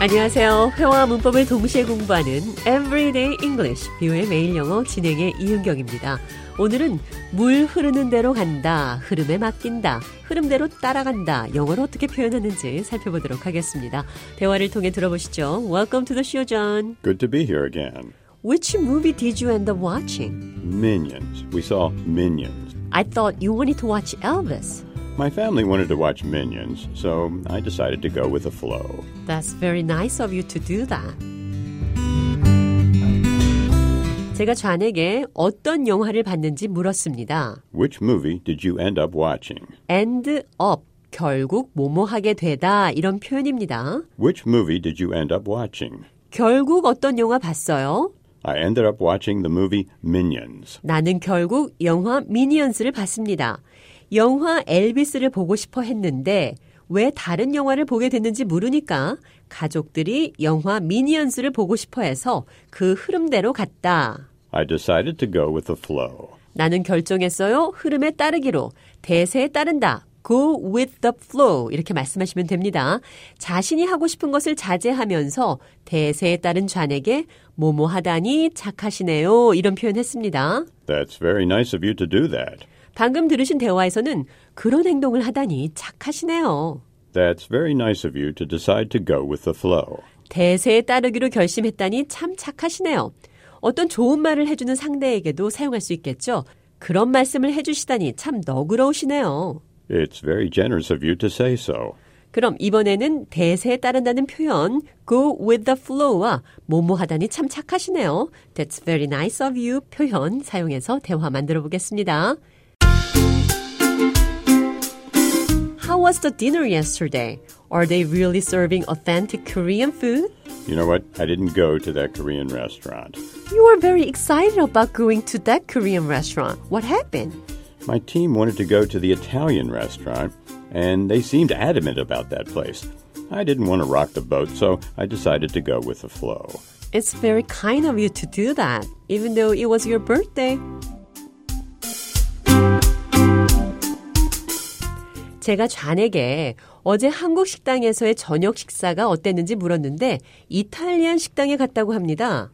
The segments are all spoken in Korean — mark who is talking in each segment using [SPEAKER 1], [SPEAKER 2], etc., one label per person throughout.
[SPEAKER 1] 안녕하세요. 회화 문법을 동시에 공부하는 Everyday English, 뷰의 매일 영어 진행의 이은경입니다. 오늘은 물 흐르는 대로 간다, 흐름에 맡긴다, 흐름대로 따라간다, 영어로 어떻게 표현하는지 살펴보도록 하겠습니다. 대화를 통해 들어보시죠. Welcome to the show, John.
[SPEAKER 2] Good to be here again.
[SPEAKER 1] Which movie did you end up watching?
[SPEAKER 2] Minions. We saw Minions.
[SPEAKER 1] I thought you wanted to watch Elvis.
[SPEAKER 2] My family wanted to watch Minions, so I decided to go with the flow.
[SPEAKER 1] That's very nice of you to do that. 제가 좌에게 어떤 영화를 봤는지 물었습니다.
[SPEAKER 2] Which movie did you end up watching?
[SPEAKER 1] end up 결국 뭐뭐하게 되다 이런 표현입니다.
[SPEAKER 2] Which movie did you end up watching?
[SPEAKER 1] 결국 어떤 영화 봤어요?
[SPEAKER 2] I ended up watching the movie Minions.
[SPEAKER 1] 나는 결국 영화 미니언스를 봤습니다. 영화 엘비스를 보고 싶어 했는데 왜 다른 영화를 보게 됐는지 모르니까 가족들이 영화 미니언스를 보고 싶어 해서 그 흐름대로 갔다.
[SPEAKER 2] I decided to go with the flow.
[SPEAKER 1] 나는 결정했어요. 흐름에 따르기로. 대세에 따른다. Go with the flow. 이렇게 말씀하시면 됩니다. 자신이 하고 싶은 것을 자제하면서 대세에 따른 좌에게 뭐뭐 하다니 착하시네요. 이런 표현했습니다.
[SPEAKER 2] That's very nice of you to do that.
[SPEAKER 1] 방금 들으신 대화에서는 그런 행동을 하다니 착하시네요.
[SPEAKER 2] That's very nice of you to decide to go with the flow.
[SPEAKER 1] 대세에 따르기로 결심했다니 참 착하시네요. 어떤 좋은 말을 해주는 상대에게도 사용할 수 있겠죠. 그런 말씀을 해주시다니 참 너그러우시네요.
[SPEAKER 2] It's very generous of you to say so.
[SPEAKER 1] 그럼 이번에는 대세에 따른다는 표현 go with the flow와 뭐뭐하다니 참 착하시네요. That's very nice of you 표현 사용해서 대화 만들어 보겠습니다. How was the dinner yesterday? Are they really serving authentic Korean food?
[SPEAKER 2] You know what? I didn't go to that Korean restaurant.
[SPEAKER 1] You were very excited about going to that Korean restaurant. What happened?
[SPEAKER 2] My team wanted to go to the Italian restaurant, and they seemed adamant about that place. I didn't want to rock the boat, so I decided to go with the flow.
[SPEAKER 1] It's very kind of you to do that, even though it was your birthday. 제가 좌에게 어제 한국 식당에서의 저녁 식사가 어땠는지 물었는데 이탈리안 식당에 갔다고 합니다.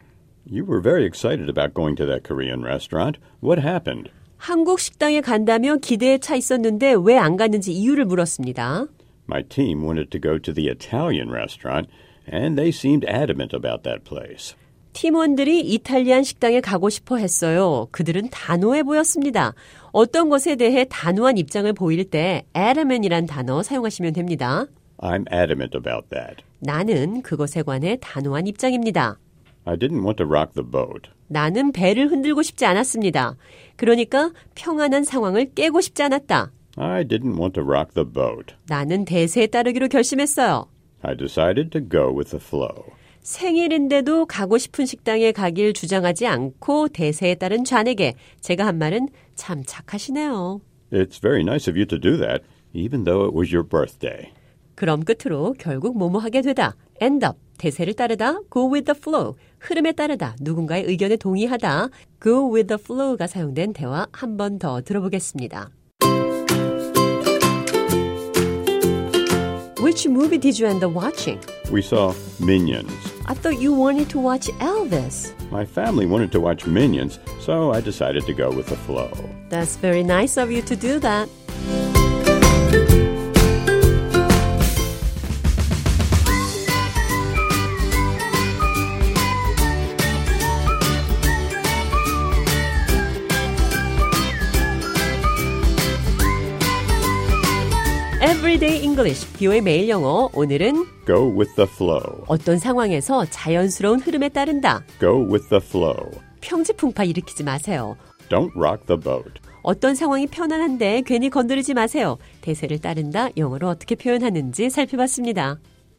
[SPEAKER 2] You were very excited about going to that Korean restaurant. What happened?
[SPEAKER 1] 한국 식당에 간다며 기대에 차 있었는데 왜 안 갔는지 이유를 물었습니다.
[SPEAKER 2] My team wanted to go to the Italian restaurant, and they seemed adamant about that place.
[SPEAKER 1] 팀원들이 이탈리안 식당에 가고 싶어 했어요. 그들은 단호해 보였습니다. 어떤 것에 대해 단호한 입장을 보일 때 adamant이란 단어 사용하시면 됩니다.
[SPEAKER 2] I'm adamant about that.
[SPEAKER 1] 나는 그것에 관해 단호한 입장입니다.
[SPEAKER 2] I didn't want to rock the boat.
[SPEAKER 1] 나는 배를 흔들고 싶지 않았습니다. 그러니까 평안한 상황을 깨고 싶지 않았다.
[SPEAKER 2] I didn't want to rock the boat.
[SPEAKER 1] 나는 대세에 따르기로 결심했어요.
[SPEAKER 2] I decided to go with the flow.
[SPEAKER 1] 생일인데도 가고 싶은 식당에 가길 주장하지 않고 대세에 따른 좌에게 제가 한 말은 참 착하시네요.
[SPEAKER 2] It's very nice of you to do that, even though it was your birthday.
[SPEAKER 1] 그럼 끝으로 결국 뭐뭐 하게 되다. end up. 대세를 따르다. go with the flow. 흐름에 따르다. 누군가의 의견에 동의하다. go with the flow가 사용된 대화 한 번 더 들어보겠습니다. Which movie did you end up watching?
[SPEAKER 2] We saw Minions.
[SPEAKER 1] I thought you wanted to watch Elvis.
[SPEAKER 2] My family wanted to watch Minions, so I decided to go with the flow.
[SPEAKER 1] That's very nice of you to do that. Everyday English, 비오의 매일 영어. 오늘은
[SPEAKER 2] Go with the flow.
[SPEAKER 1] 어떤 상황에서 자연스러운 흐름에 따른다.
[SPEAKER 2] Go with the flow.
[SPEAKER 1] 평지풍파 일으키지 마세요.
[SPEAKER 2] Don't rock the boat.
[SPEAKER 1] 어떤 상황이 편안한데 괜히 건드리지 마세요. 대세를 따른다. 영어로 어떻게 표현하는지 살펴봤습니다.